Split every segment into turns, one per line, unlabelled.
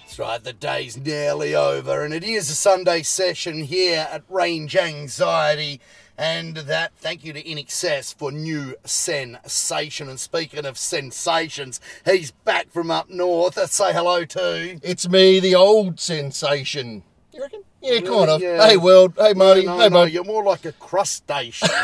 That's right, the day's nearly over, and it is a Sunday session here at Range Anxiety. And that, thank you to In Excess for new sensation. And speaking of sensations, he's back from up north. Let's say hello to.
It's me, the old sensation. You reckon? Yeah, kind of.
Yeah.
Hey, world. Hey, Marty.
No, no,
hey,
no,
Marty.
you're more like a crustacean.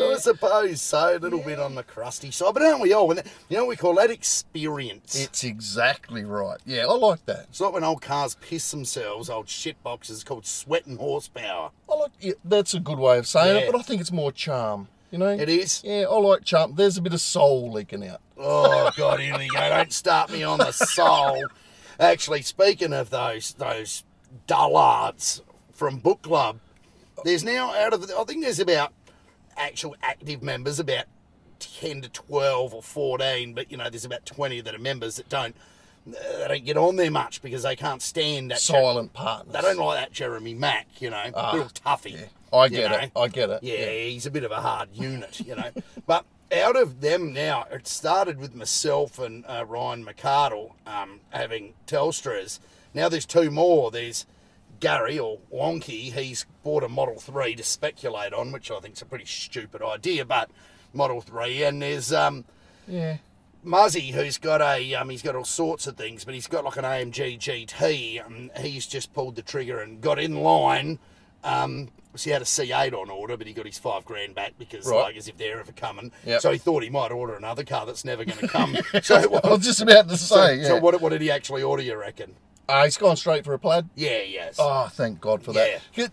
I suppose so, a little bit on the crusty side, but aren't we all? And that- You know, we call that experience.
It's exactly right. Yeah, I like that.
It's like when old cars piss themselves, old shit boxes called sweating horsepower.
I like. Yeah, that's a good way of saying
Yeah.
it, but I think it's more charm. You know.
It is.
Yeah, I like charm. There's a bit of soul leaking out.
Oh God, here we go. Don't start me on the soul. Actually, speaking of those those dullards from book club, there's now out of I think there's about actual active members about ten to twelve or fourteen, but you know there's about twenty that are members that don't they don't get on there much because they can't stand that.
Silent partners.
they don't like that Jeremy Mack, you know, little toughy.
Ah, I
you
get it.
know.
I get it.
Yeah, he's a bit of a hard unit, you know. but out of them now, it started with myself and uh, Ryan McCardle um, having Telstras. Now there's two more. There's Gary or Wonky. He's bought a Model 3 to speculate on, which I think's a pretty stupid idea, but Model 3. And there's um,
Yeah.
Muzzy, who's got a um, he's got all sorts of things, but he's got like an AMG GT. Um, he's just pulled the trigger and got in line. Um, so he had a C8 on order, but he got his five grand back because
Right.
like as if they're ever coming.
Yep.
So he thought he might order another car that's never going to come. so, what,
I was just about to
so,
say. yeah.
so what what did he actually order? You reckon?
Uh, he's gone straight for a plaid.
Yeah, yes.
Oh, thank God for that. If-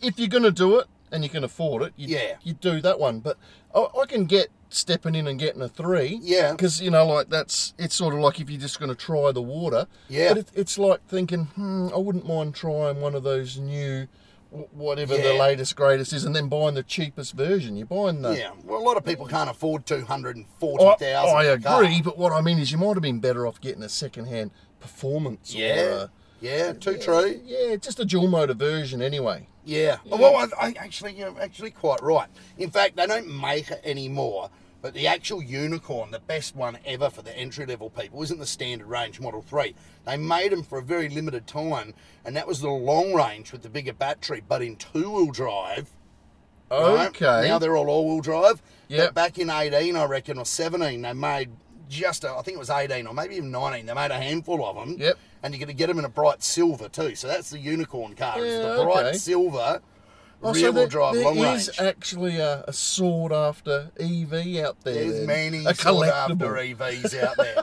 If you're going to do it and you can afford it, you,
Yeah.
you do that one. But I, I can get stepping in and getting a three.
Yeah.
Because, you know, like that's, it's sort of like if you're just going to try the water.
Yeah.
But it, it's like thinking, hmm, I wouldn't mind trying one of those new, wh- whatever the
Yeah.
latest, greatest is, and then buying the cheapest version. You're buying the.
Yeah. Well, a lot of people can't afford two hundred and forty
I,
thousand.
I agree, but what I mean is you might have been better off getting a second-hand performance. Or
Yeah.
a,
Yeah. Too true.
yeah, just a dual motor version anyway.
Yeah. Well, I, I actually, you're actually quite right. In fact, they don't make it anymore. But the actual unicorn, the best one ever for the entry level people, isn't the standard range Model 3. They made them for a very limited time, and that was the long range with the bigger battery, but in two wheel drive. right?
Okay.
Now they're all all wheel drive.
Yep.
But back in 18, I reckon, or 17, they made just, a, I think it was 18 or maybe even 19, they made a handful of them.
Yep.
And you're going to get them in a bright silver too. So that's the unicorn car. it's
Yeah,
the bright
okay.
silver
Oh, so
rear wheel
there-
drive
there
long
is
range.
actually a, a sought after EV out there.
There's
then.
many E
a
sought
collectible.
after EVs out there.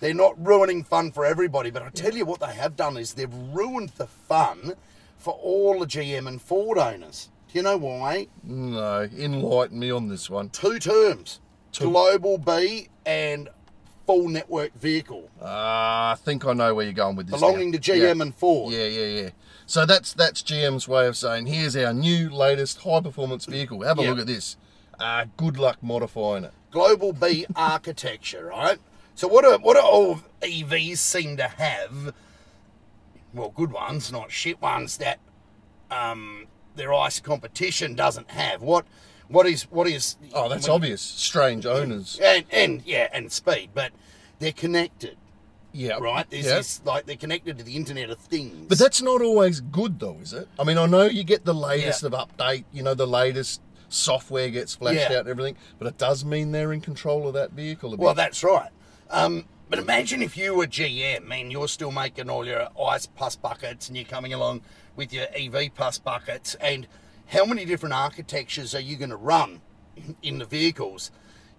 They're not ruining fun for everybody, but I tell you what they have done is they've ruined the fun for all the GM and Ford owners. Do you know why?
No, enlighten me on this one.
Two terms. Global B and full network vehicle.
Ah, I think I know where you're going with this. now.
belonging to GM
Yeah.
and Ford.
Yeah, yeah, yeah. So that's that's GM's way of saying here's our new latest high performance vehicle. Have a
Yeah.
look at this. Ah, good luck modifying it.
Global B architecture, right? So what do what do all EVs seem to have? Well, good ones, not shit ones that um, their ICE competition doesn't have. What what is what is
Oh, that's
when-
obvious. Strange owners.
and and yeah and speed, but they're connected,
Yeah.
right? There's
yeah.
this like they're connected to the Internet of Things.
But that's not always good, though, is it? I mean, I know you get the latest
Yeah.
of update, you know, the latest software gets flashed
Yeah.
out and everything, but it does mean they're in control of that vehicle a bit.
Well, that's right. Um, but imagine if you were GM and you're still making all your ice pus buckets and you're coming along with your EV pus buckets, and how many different architectures are you going to run in the vehicles?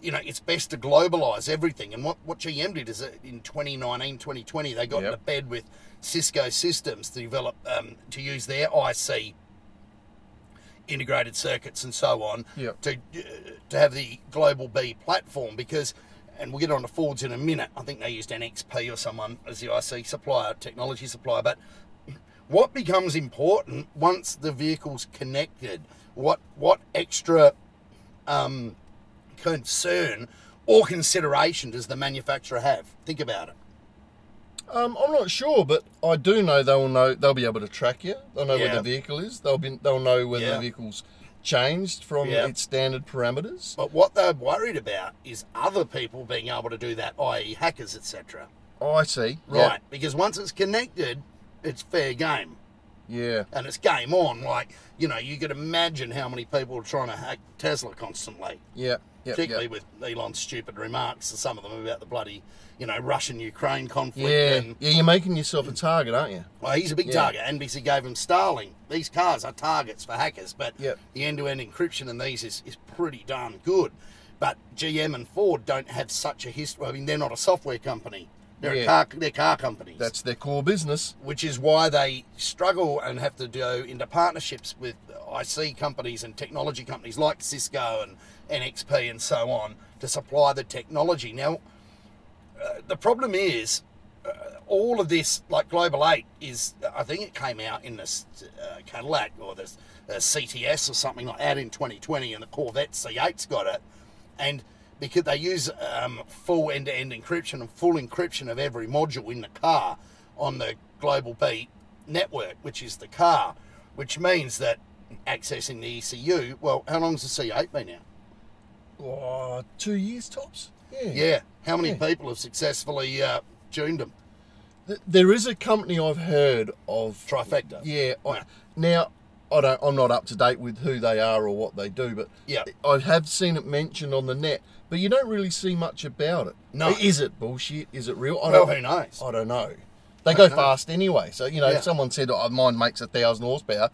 You know, it's best to globalize everything. And what, what GM did is that in 2019, 2020, they got
Yep.
into bed with Cisco Systems to develop, um, to use their IC integrated circuits and so on
Yep.
to uh, to have the global B platform because and we'll get on to Fords in a minute. I think they used NXP or someone as the IC supplier, technology supplier. But what becomes important once the vehicle's connected? What what extra um, concern or consideration does the manufacturer have? Think about it.
um, I'm not sure, but I do know they'll know they'll be able to track you. They'll know where
Yeah.
the vehicle is. They'll be they'll know whether
Yeah.
the vehicle's changed from
Yeah.
its standard parameters.
But what they're worried about is other people being able to do that, i.e., e hackers, etc.
Oh, I see.
right? Because once it's connected, it's fair game.
Yeah.
and it's game on. Like, you know, you could imagine how many people are trying to hack Tesla constantly,
Yeah. Yeah. Yeah.
particularly with Elon's stupid remarks, and some of them about the bloody, you know, Russian Ukraine conflict.
Yeah.
And,
yeah. You're making yourself a target, aren't you?
well, he's a big
Yeah.
target. NBC gave him Starlink. These cars are targets for hackers, but
Yep.
the end to end encryption in these is, is pretty darn good. But GM and Ford don't have such a history. I mean, they're not a software company. They're
Yeah.
a car. They're car companies
That's their core business.
which is why they struggle and have to go into partnerships with IC companies and technology companies like Cisco and NXP and so on to supply the technology. Now, uh, the problem is uh, all of this, like Global 8, is I think it came out in this uh, Cadillac or this uh, CTS or something like that in 2020, and the Corvette C8's got it. And because they use um, full end to end encryption and full encryption of every module in the car on the Global B network, which is the car, which means that accessing the ECU, well, how long's the C8 been out?
Oh, two years tops. Yeah.
Yeah. How many
Yeah.
people have successfully uh, tuned them?
Th- There is a company I've heard of.
Trifecta.
Yeah. I,
Yeah.
now, I don't. I'm not up to date with who they are or what they do, but
Yeah.
I have seen it mentioned on the net. But you don't really see much about it.
No.
Is it bullshit? Is it real? I
Well,
don't-
who knows?
I don't know. They go
know.
fast anyway. So you know,
Yeah.
if someone said, "Oh, mine makes a thousand horsepower,"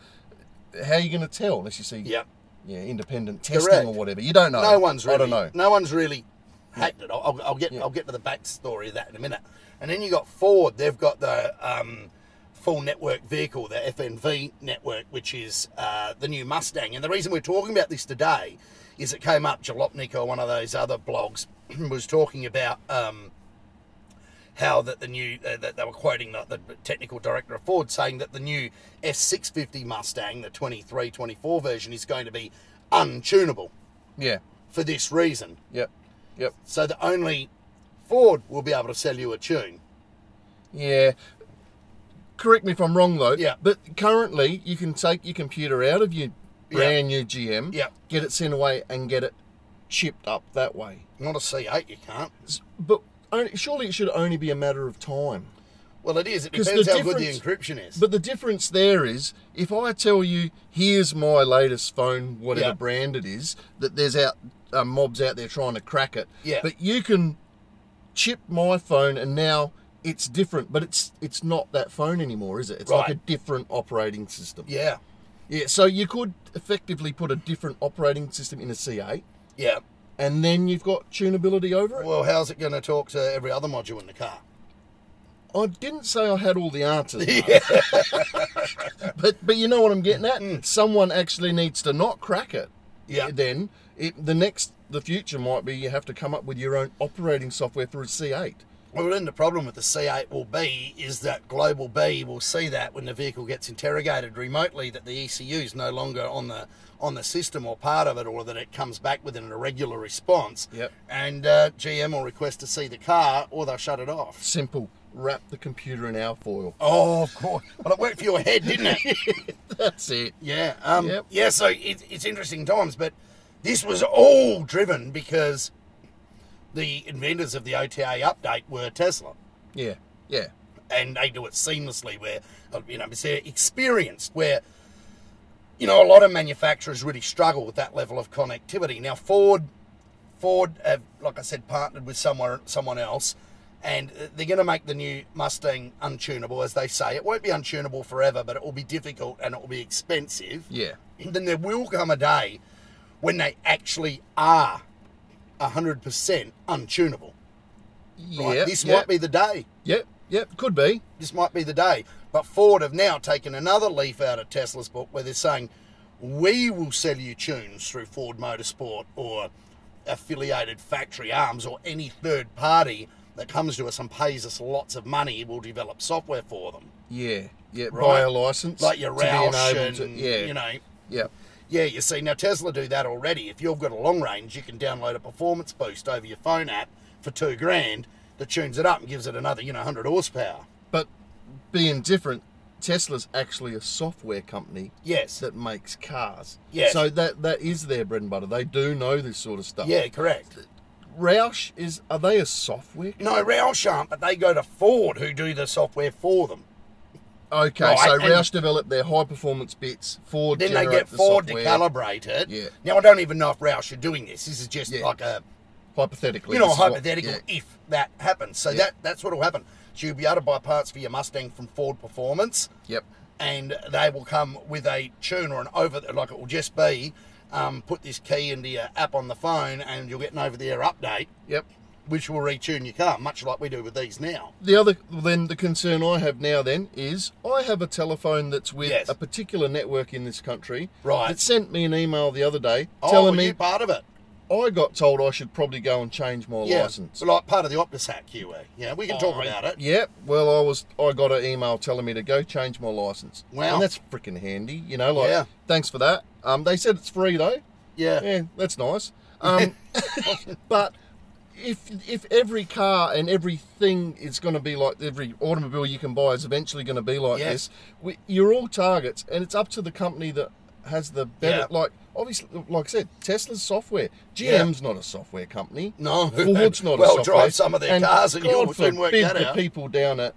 how are you going to tell unless you see?
Yeah.
Yeah, independent testing
Correct.
or whatever. You don't know.
No one's really.
I don't know.
No one's really hacked it. I'll, I'll- I'll get. I'll get to the backstory of that in a minute. And then you got Ford. They've got the um, full network vehicle, the FNV network, which is uh, the new Mustang. And the reason we're talking about this today is it came up. Jalopnik or one of those other blogs was talking about. Um, how that the new uh, that they were quoting the, the technical director of Ford saying that the new S650 Mustang, the 23 24 version, is going to be untunable
Yeah.
for this reason.
Yep. Yep.
So that only Ford will be able to sell you a tune.
Yeah. Correct me if I'm wrong though.
Yeah.
But currently, you can take your computer out of your
Yeah.
brand new GM.
Yeah.
Get it sent away and get it chipped up that way.
Not a C8, you can't.
S- But only, surely it should only be a matter of time.
Well, it is. It
'Cause
depends
the
how good the
difference-
encryption is.
But the difference there is, if I tell you, here's my latest phone, whatever
Yeah.
brand it is, that there's out uh, mobs out there trying to crack it.
Yeah.
But you can chip my phone, and now it's different. But it's it's not that phone anymore, is it? It's like a
Right.
different operating system.
yeah,
Yeah. So you could effectively put a different operating system in a C8,
yeah.
and then you've got tunability over it.
Well, how's it going to talk to every other module in the car?
I didn't say I had all the answers, mate. but but you know what I'm getting at. Someone actually needs to not crack it.
Hmm. Yeah.
Then it, the next, the future might be you have to come up with your own operating software for a C8.
Well, then the problem with the C8 will be is that Global B will see that when the vehicle gets interrogated remotely that the ECU is no longer on the on the system or part of it, or that it comes back with an irregular response.
Yep.
And uh, GM will request to see the car, or they'll shut it off.
Simple. Wrap the computer in alfoil.
Oh, of course. But it worked for your head, didn't it?
That's it.
yeah. Um,
Yep.
Yeah, so it, it's interesting times, but this was all driven because the inventors of the OTA update were Tesla.
Yeah. Yeah.
And they do it seamlessly where, uh, you know, it's uh, experienced where, you know, a lot of manufacturers really struggle with that level of connectivity. Now, Ford, Ford have, like I said, partnered with someone, someone else, and uh, they're going to make the new Mustang untunable, as they say. It won't be untunable forever, but it will be difficult and it will be expensive.
Yeah.
Then there will come a day when they actually are 100% untunable. Right?
Yeah.
this
yeah,
might be the day.
Yep. Yep. Could be.
This might be the day. But Ford have now taken another leaf out of Tesla's book where they're saying, we will sell you tunes through Ford Motorsport or affiliated factory arms or any third party that comes to us and pays us lots of money will develop software for them.
Yeah. Yeah. Buy
Right.
a license.
Like your
to be
Roush
enabled
and,
to- yeah.
you know.
Yeah.
Yeah, you see, now Tesla do that already. If you've got a long range, you can download a performance boost over your phone app for two grand that tunes it up and gives it another, you know, 100 horsepower.
But being different, Tesla's actually a software company
Yes.
that makes cars.
Yes.
So that that is their bread and butter. They do know this sort of stuff.
Yeah, correct.
Roush is are they a software?
No, Roush aren't, but they go to Ford, who do the software for them.
Okay,
Right,
so
and-
Roush developed their high performance bits. Ford
Then they
generate
get
the
Ford
software,
to calibrate it.
Yeah.
Now I don't even know if Roush are doing this. This is just
Yeah.
like a
hypothetically.
you know
this is what-
hypothetical
yeah.
if that happens. So
Yeah.
that that's what will happen. So you'll be able to buy parts for your Mustang from Ford Performance.
Yep.
and they will come with a tune or an over like it will just be um, put this key into your app on the phone and you'll get an over the air update
Yep.
which will retune your car much like we do with these now
The other then the concern I have now then is I have a telephone that's with
Yes.
a particular network in this country.
Right.
That sent me an email the other day
oh,
telling
were
me
you part of it
I got told I should probably go and change my
yeah
license.
so like part of the optus hack you were yeah we can talk
Oh, I-
about it
Yep. Well, I was. I got an email telling me to go change my license.
Wow.
And that's freaking handy. You know, like
Yeah.
thanks for that. Um, they said it's free though.
yeah
Yeah, that's nice. Um, but if if every car and everything is going to be like every automobile you can buy is eventually going to be like
Yeah.
this, we, you're all targets, and it's up to the company that has the better.
Yeah.
Like obviously, like I said, Tesla's software. GM's not a software company.
no
Ford's not
well
a software.
drive some of their
and
cars and
God
you'll soon work
forbid
that
the
out
people down at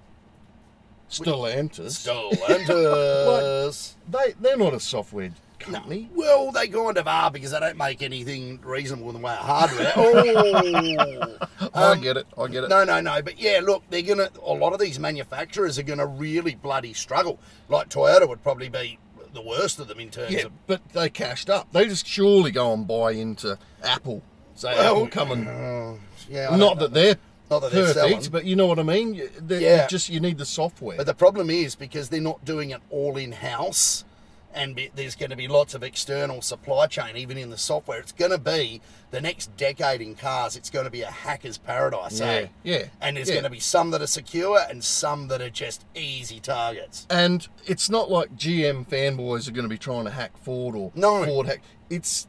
Stellantis,
stolen us.
they they're not a software company.
Well, they kind of are because they don't make anything reasonable in the way of hardware. oh,
I get it. I get it.
No, no, no. But yeah, look, they're gonna. A lot of these manufacturers are gonna really bloody struggle. Like Toyota would probably be the worst of them in terms
Yeah,
of.
but they cashed up. They just surely go and buy into Apple. So Apple come and
Uh, yeah, I
not
don't
that
know.
they're
Not that they're
perfect,
selling.
but you know what I mean. You- they- you
Yeah.
just you need the software.
But the problem is because they're not doing it all in house, and be, there's going to be lots of external supply chain, even in the software. It's going to be the next decade in cars. It's going to be a hacker's paradise. eh?
Yeah, yeah,
And there's
yeah.
going to be some that are secure and some that are just easy targets.
and it's not like GM fanboys are going to be trying to hack Ford or
No.
Ford hack. It's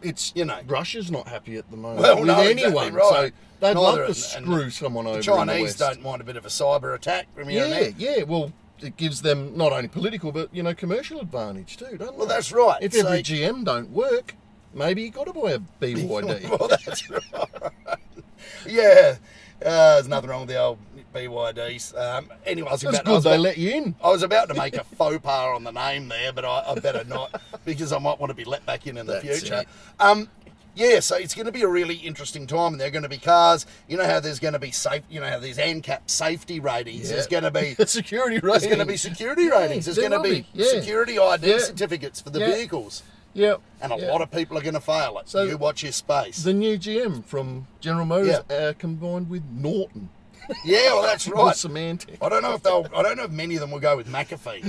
it's
You know.
Russia's not happy at the moment
Well,
with
no, exactly
anyone,
right.
so they'd
Neither
love
and-
to
and
screw someone over.
The
in
Chinese
West.
don't mind a bit of a cyber attack from you.
Yeah, yeah. Well, it gives them not only political but you know commercial advantage too, don't
Well,
they?
that's right.
If
So-
every GM don't work, maybe you got to buy a BYD.
well, that's right. yeah. Uh, there's nothing wrong with the old BYDs. Um, anyway, I was
That's
about- I was
good they
about-
let you in.
I was about to make a faux pas on the name there, but I, I better not because I might want to be let back in in the
That's
future.
it.
Um, yeah, so it's going to be a really interesting time, and there are going to be cars. You know how there's going to be safe. You know how there's ANCAP safety ratings. There's
Yeah.
going to be
security
there's
ratings.
going to be security
Yeah,
ratings. There's
there
going to
will
be
be, yeah.
security ID
Yeah.
certificates for the
Yeah.
vehicles,
Yeah.
and a lot of people are going to fail it.
So-
you watch your space.
the new GM from General Motors uh, combined with Norton.
yeah, well, that's
Or
right.
Semantic.
I don't know if they'll. I don't know if many of them will go with McAfee.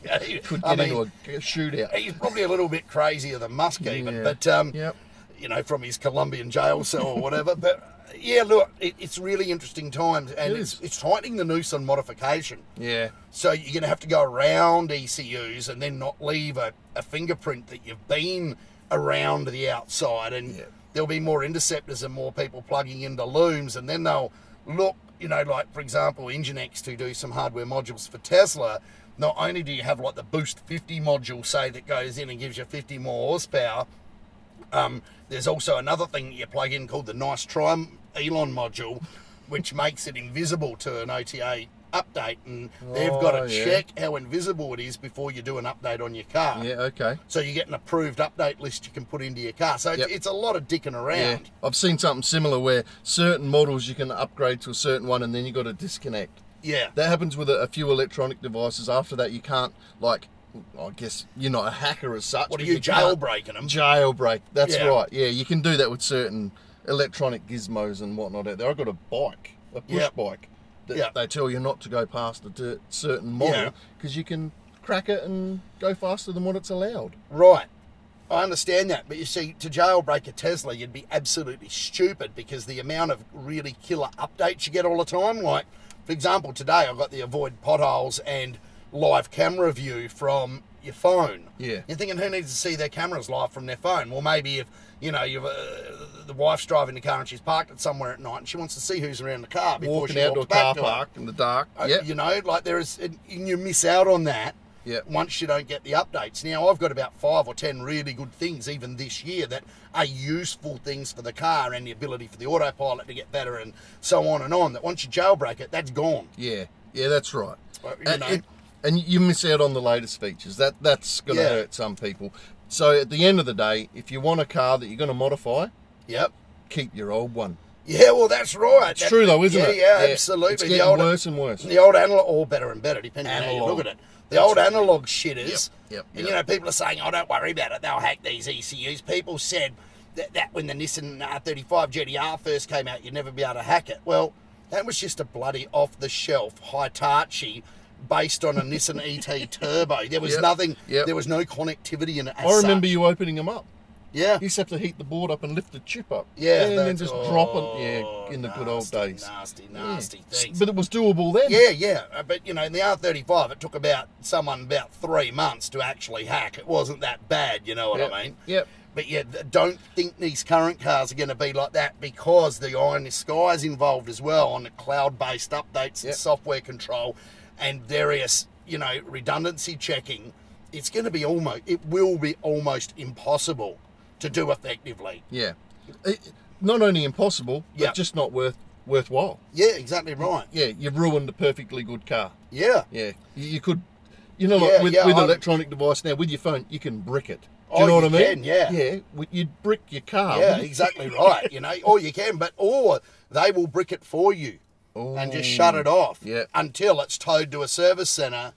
Could
I
get
mean,
into a g- shootout.
he's probably a little bit crazier than Musk even,
Yeah.
but um,
Yep.
you know, from his Colombian jail cell or whatever. But yeah, look, it, it's really interesting times, and
It
it's
is.
it's tightening the noose on modification.
Yeah.
So you're going to have to go around ECUs and then not leave a, a fingerprint that you've been around the outside. And
Yeah.
there'll be more interceptors and more people plugging into looms. And then they'll look, you know, like for example, Nginx who do some hardware modules for Tesla. Not only do you have like the Boost 50 module, say, that goes in and gives you 50 more horsepower, um, there's also another thing you plug in called the Nice Try Elon module, which makes it invisible to an OTA update, and they've got
Oh,
to
yeah.
check how invisible it is before you do an update on your car.
Yeah, okay.
So you get an approved update list you can put into your car. So
Yep.
it's, it's a lot of dicking
Yeah.
around.
I've seen something similar where certain models you can upgrade to a certain one and then you got to disconnect.
Yeah.
That happens with a, a few electronic devices. After that, you can't like. I guess you're not a hacker as such.
What are
but
you,
can't
jailbreaking them?
um, Jailbreak. That's
Yeah.
right. Yeah, you can do that with certain electronic gizmos and whatnot out there. I got a bike, a push
Yep.
bike. That
Yep.
They tell you not to go past a cer- certain model
Yeah.
because you can crack it and go faster than what it's allowed.
Right. I understand that, but you see, to jailbreak a Tesla, you'd be absolutely stupid because the amount of really killer updates you get all the time. Like, for example, today I got the avoid potholes and live camera view from your phone.
Yeah.
You're thinking, who needs to see their cameras live from their phone? Well, maybe if, you know, you've, uh, the wife's driving the car and she's parked it somewhere at night and she wants to see who's around the car before
Walking
she
out to
walks
a
back
car
to it.
park in the dark.
Uh,
yep.
You know, like there is, and you miss out on that
Yeah.
once you don't get the updates. Now, I've got about five or ten really good things, even this year, that are useful things for the car and the ability for the autopilot to get better and so on and on. That once you jailbreak it, that's gone.
Yeah, yeah, that's right.
Well, you
and,
know.
and- and you miss out on the latest features. That that's going to
Yeah.
hurt some people. So at the end of the day, if you want a car that you're going to modify,
Yep.
keep your old one.
Yeah, well, that's right.
It's true though, isn't
yeah,
it?
Yeah, absolutely.
It's
The
getting
older-
worse and worse.
The old analog, or better and better, depending on how you
Analog.
look at it. The old analog shit is,
Yep, yep,
and you know, people are saying, "Oh, don't worry about it; they'll hack these ECUs." People said that, that when the Nissan R35 GTR first came out, you'd never be able to hack it. Well, that was just a bloody off-the-shelf Hitachi based on a Nissan ET turbo. There was
Yep,
nothing.
yep.
There was no connectivity in it. As
I remember
such.
you opening them up.
Yeah.
You used to have to heat the board up and lift the chip up.
Yeah,
and then
that's-
just
oh,
drop it. Yeah, in the good old
nasty,
days.
Nasty,
Yeah.
nasty things.
But it was doable then.
Yeah, yeah, uh, but you know, in the R35, it took about someone about three months to actually hack. It wasn't that bad, you know what
Yep,
I mean?
Yep.
But yeah, th- don't think these current cars are going to be like that because the eye in the sky is involved as well on the cloud-based updates and
Yep.
software control and various, you know, redundancy checking. It's going to be almost, it will be almost impossible to do effectively.
Yeah. It- not only impossible,
Yeah.
but just not worth worthwhile.
Yeah, exactly right.
Yeah, you've ruined a perfectly good car.
Yeah.
Yeah, you, you could, you know, like
Yeah,
with,
yeah,
with
I'm-
electronic device now, with your phone, you can brick it. Do you
Oh,
know what
you
I mean?
can, yeah.
yeah. w- You'd brick your car.
Yeah,
wouldn't you?
exactly right. You know, or you can, but or they will brick it for you and just shut it off
Oh, Mm. yeah.
until it's towed to a service centre.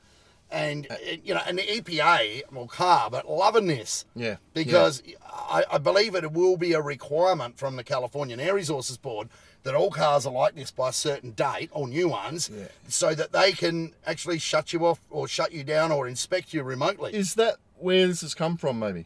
And
Uh,
it- you know, and the EPA well, car, but loving this.
Yeah,
Because I, I believe it will be a requirement from the Californian Air Resources Board that all cars are like this by a certain date or new ones,
Yeah.
so that they can actually shut you off or shut you down or inspect you remotely.
Is that where this has come from? Maybe.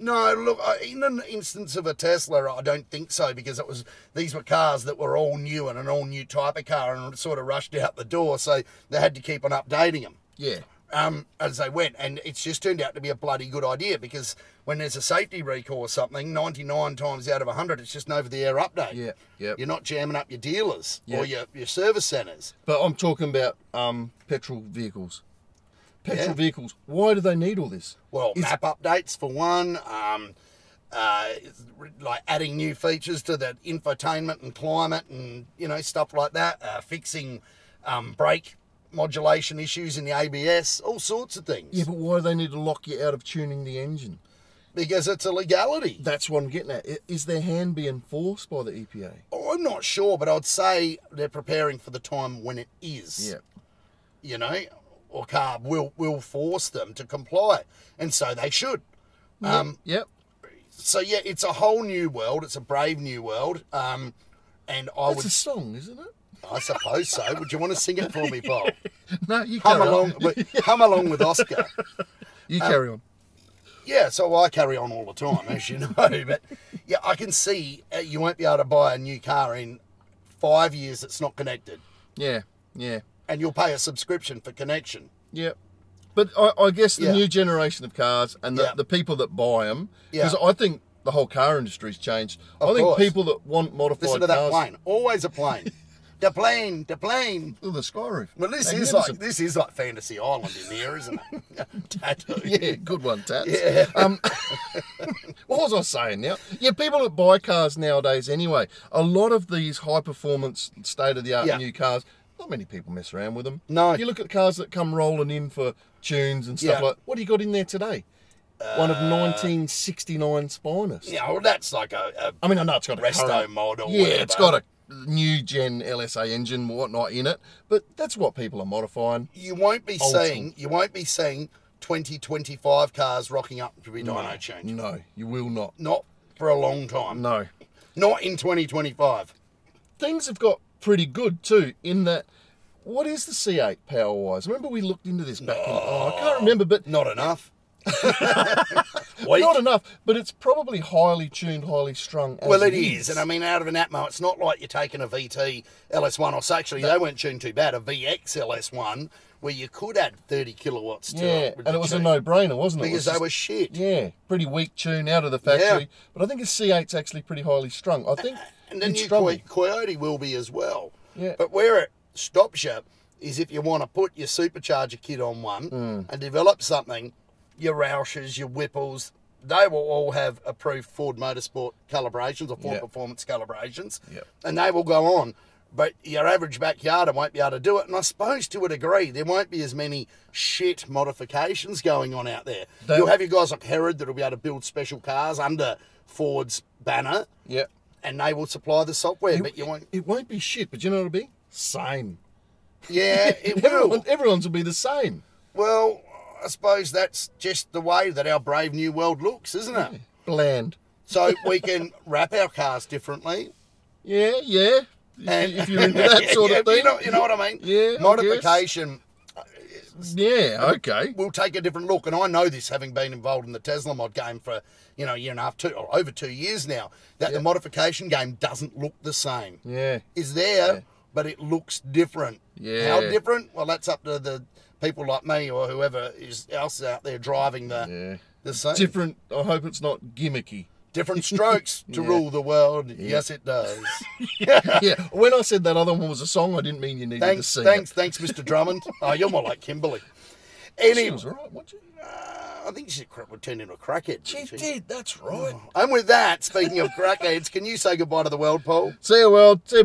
No, look, I- in an instance of a Tesla, I don't think so because it was these were cars that were all new and an all new type of car and sort of rushed out the door, so they had to keep on updating them
Yeah.
um, as they went, and it's just turned out to be a bloody good idea because when there's a safety recall or something, 99 times out of 100, it's just an over the air update.
Yeah, yeah.
You're not jamming up your dealers or
Yeah.
your, your service centres.
But I'm talking about um, petrol vehicles. Petrol
Yeah.
vehicles. Why do they need all this?
Well,
It's-
map updates for one. Um, uh, like adding new features to the infotainment and climate and you know stuff like that. Uh, fixing um, brake modulation issues in the ABS, all sorts of things.
Yeah, but why do they need to lock you out of tuning the engine?
Because it's a legality.
That's what I'm getting at. I- Is their hand being forced by the E EPA?
Oh, I'm not sure, but I'd say they're preparing for the time when it is. you know, or CARB will will force them to comply, and so they should. Um,
Yep.
so yeah, it's a whole new world. It's a brave new world. Um, and I
It's
would,
a song, isn't it?
I suppose so. Would you want to sing it for me, Bob?
No, you carry
Hum
on.
along, with, hum along with Oscar.
You carry on.
Yeah, so I carry on all the time, as you know. But yeah, I can see uh, you won't be able to buy a new car in five years that's not connected,
Yeah. Yeah.
and you'll pay a subscription for connection.
Yeah. But I, I guess the
Yeah.
new generation of cars and the,
Yeah.
the people that buy them,
Yeah.
because I think the whole car industry's changed. I
Of
think
course.
people that want modified
Listen to that
cars,
plane. Always a plane. the plane. The plane.
Ooh, the Skyroof.
Well, this is
Magnificent.
like this is like Fantasy Island in there, isn't it? Tattoo.
Yeah, good one, Tats. Um, what was I saying now? Yeah, people that buy cars nowadays, anyway, a lot of these high performance, state of the art
Yeah.
new cars, not many people mess around with them.
No.
You look at cars that come rolling in for tunes and
Yeah.
stuff
Uh,
like What do you got in there today? One of 1969 Spiners.
Yeah, well, that's like a,
I mean, I know it's got
a
a
resto
current-
mod or
Yeah,
whatever.
it's got a new gen LSA engine, and whatnot in it, but that's what people are modifying.
You won't be
Old
seeing. You won't be seeing 20, 25 cars rocking up to be dyno change.
No, you will not.
Not for a long time.
No.
Not in twenty twenty five.
things have got pretty good too in that what is the C8 power wise? Remember we looked into this back in oh, I can't remember but
Not enough. Weak.
not enough, but it's probably highly tuned, highly strung. as
Well, it is, and I mean, out of an Atmo, it's not like you're taking a VT LS1, or so actually, they weren't tuned too bad. A VX LS1, where you could add 30 kilowatts to
yeah,
it. with
and
the
it was
tune,
a no-brainer, wasn't it? It
because
was
they
just-
were shit.
yeah, pretty weak tune out of the factory, but I think it's C8's actually pretty highly strung. I think
And the
it's
new
strung.
Coy- Coyote will be as well.
Yeah.
But where it stops you is if you want to put your supercharger kit on one
Mm.
and develop something, your Roushes, your Whipples, they will all have approved Ford Motorsport calibrations or Ford
Yep.
Performance calibrations,
Yep.
and they will go on. But your average backyarder won't be able to do it, and I suppose to a degree there won't be as many shit modifications going on out there.
That-
You'll have your guys like Herod that'll be able to build special cars under Ford's banner,
Yeah.
and they will supply the software.
It,
but you won't.
it won't be shit, but you know what it'll be? Same.
Yeah, it
Everyone,
will.
everyone's will be the same.
Well, I suppose that's just the way that our brave new world looks, isn't it?
Bland.
So we can wrap our cars differently.
Yeah, yeah. If, if you're into that sort
Yeah,
of thing.
You know, you know what I mean?
Yeah, I
Modification
yeah, okay.
will take a different look, and I know this having been involved in the Tesla mod game for you know a year and a half, two or over two years now. That the modification game doesn't look the same.
Yeah.
is there, but it looks different.
Yeah.
How different? Well, that's up to the people like me or whoever is else out there driving the
Yeah.
the same.
Different. I hope it's not gimmicky.
different strokes to
Yeah.
rule the world. Yes, it does.
Yeah. When I said that other one was a song, I didn't mean you needed to
thanks,
sing
thanks, thanks, Mr. Drummond. Oh, you're more like Kimberly.
it. She
Anyway,
was all right, wasn't
uh, I think she cra- turned into a crackhead.
she?
didn't
She Oh. did. That's right.
And with that, speaking of crackheads, can you say goodbye to the world, Paul?
See you, world. See you,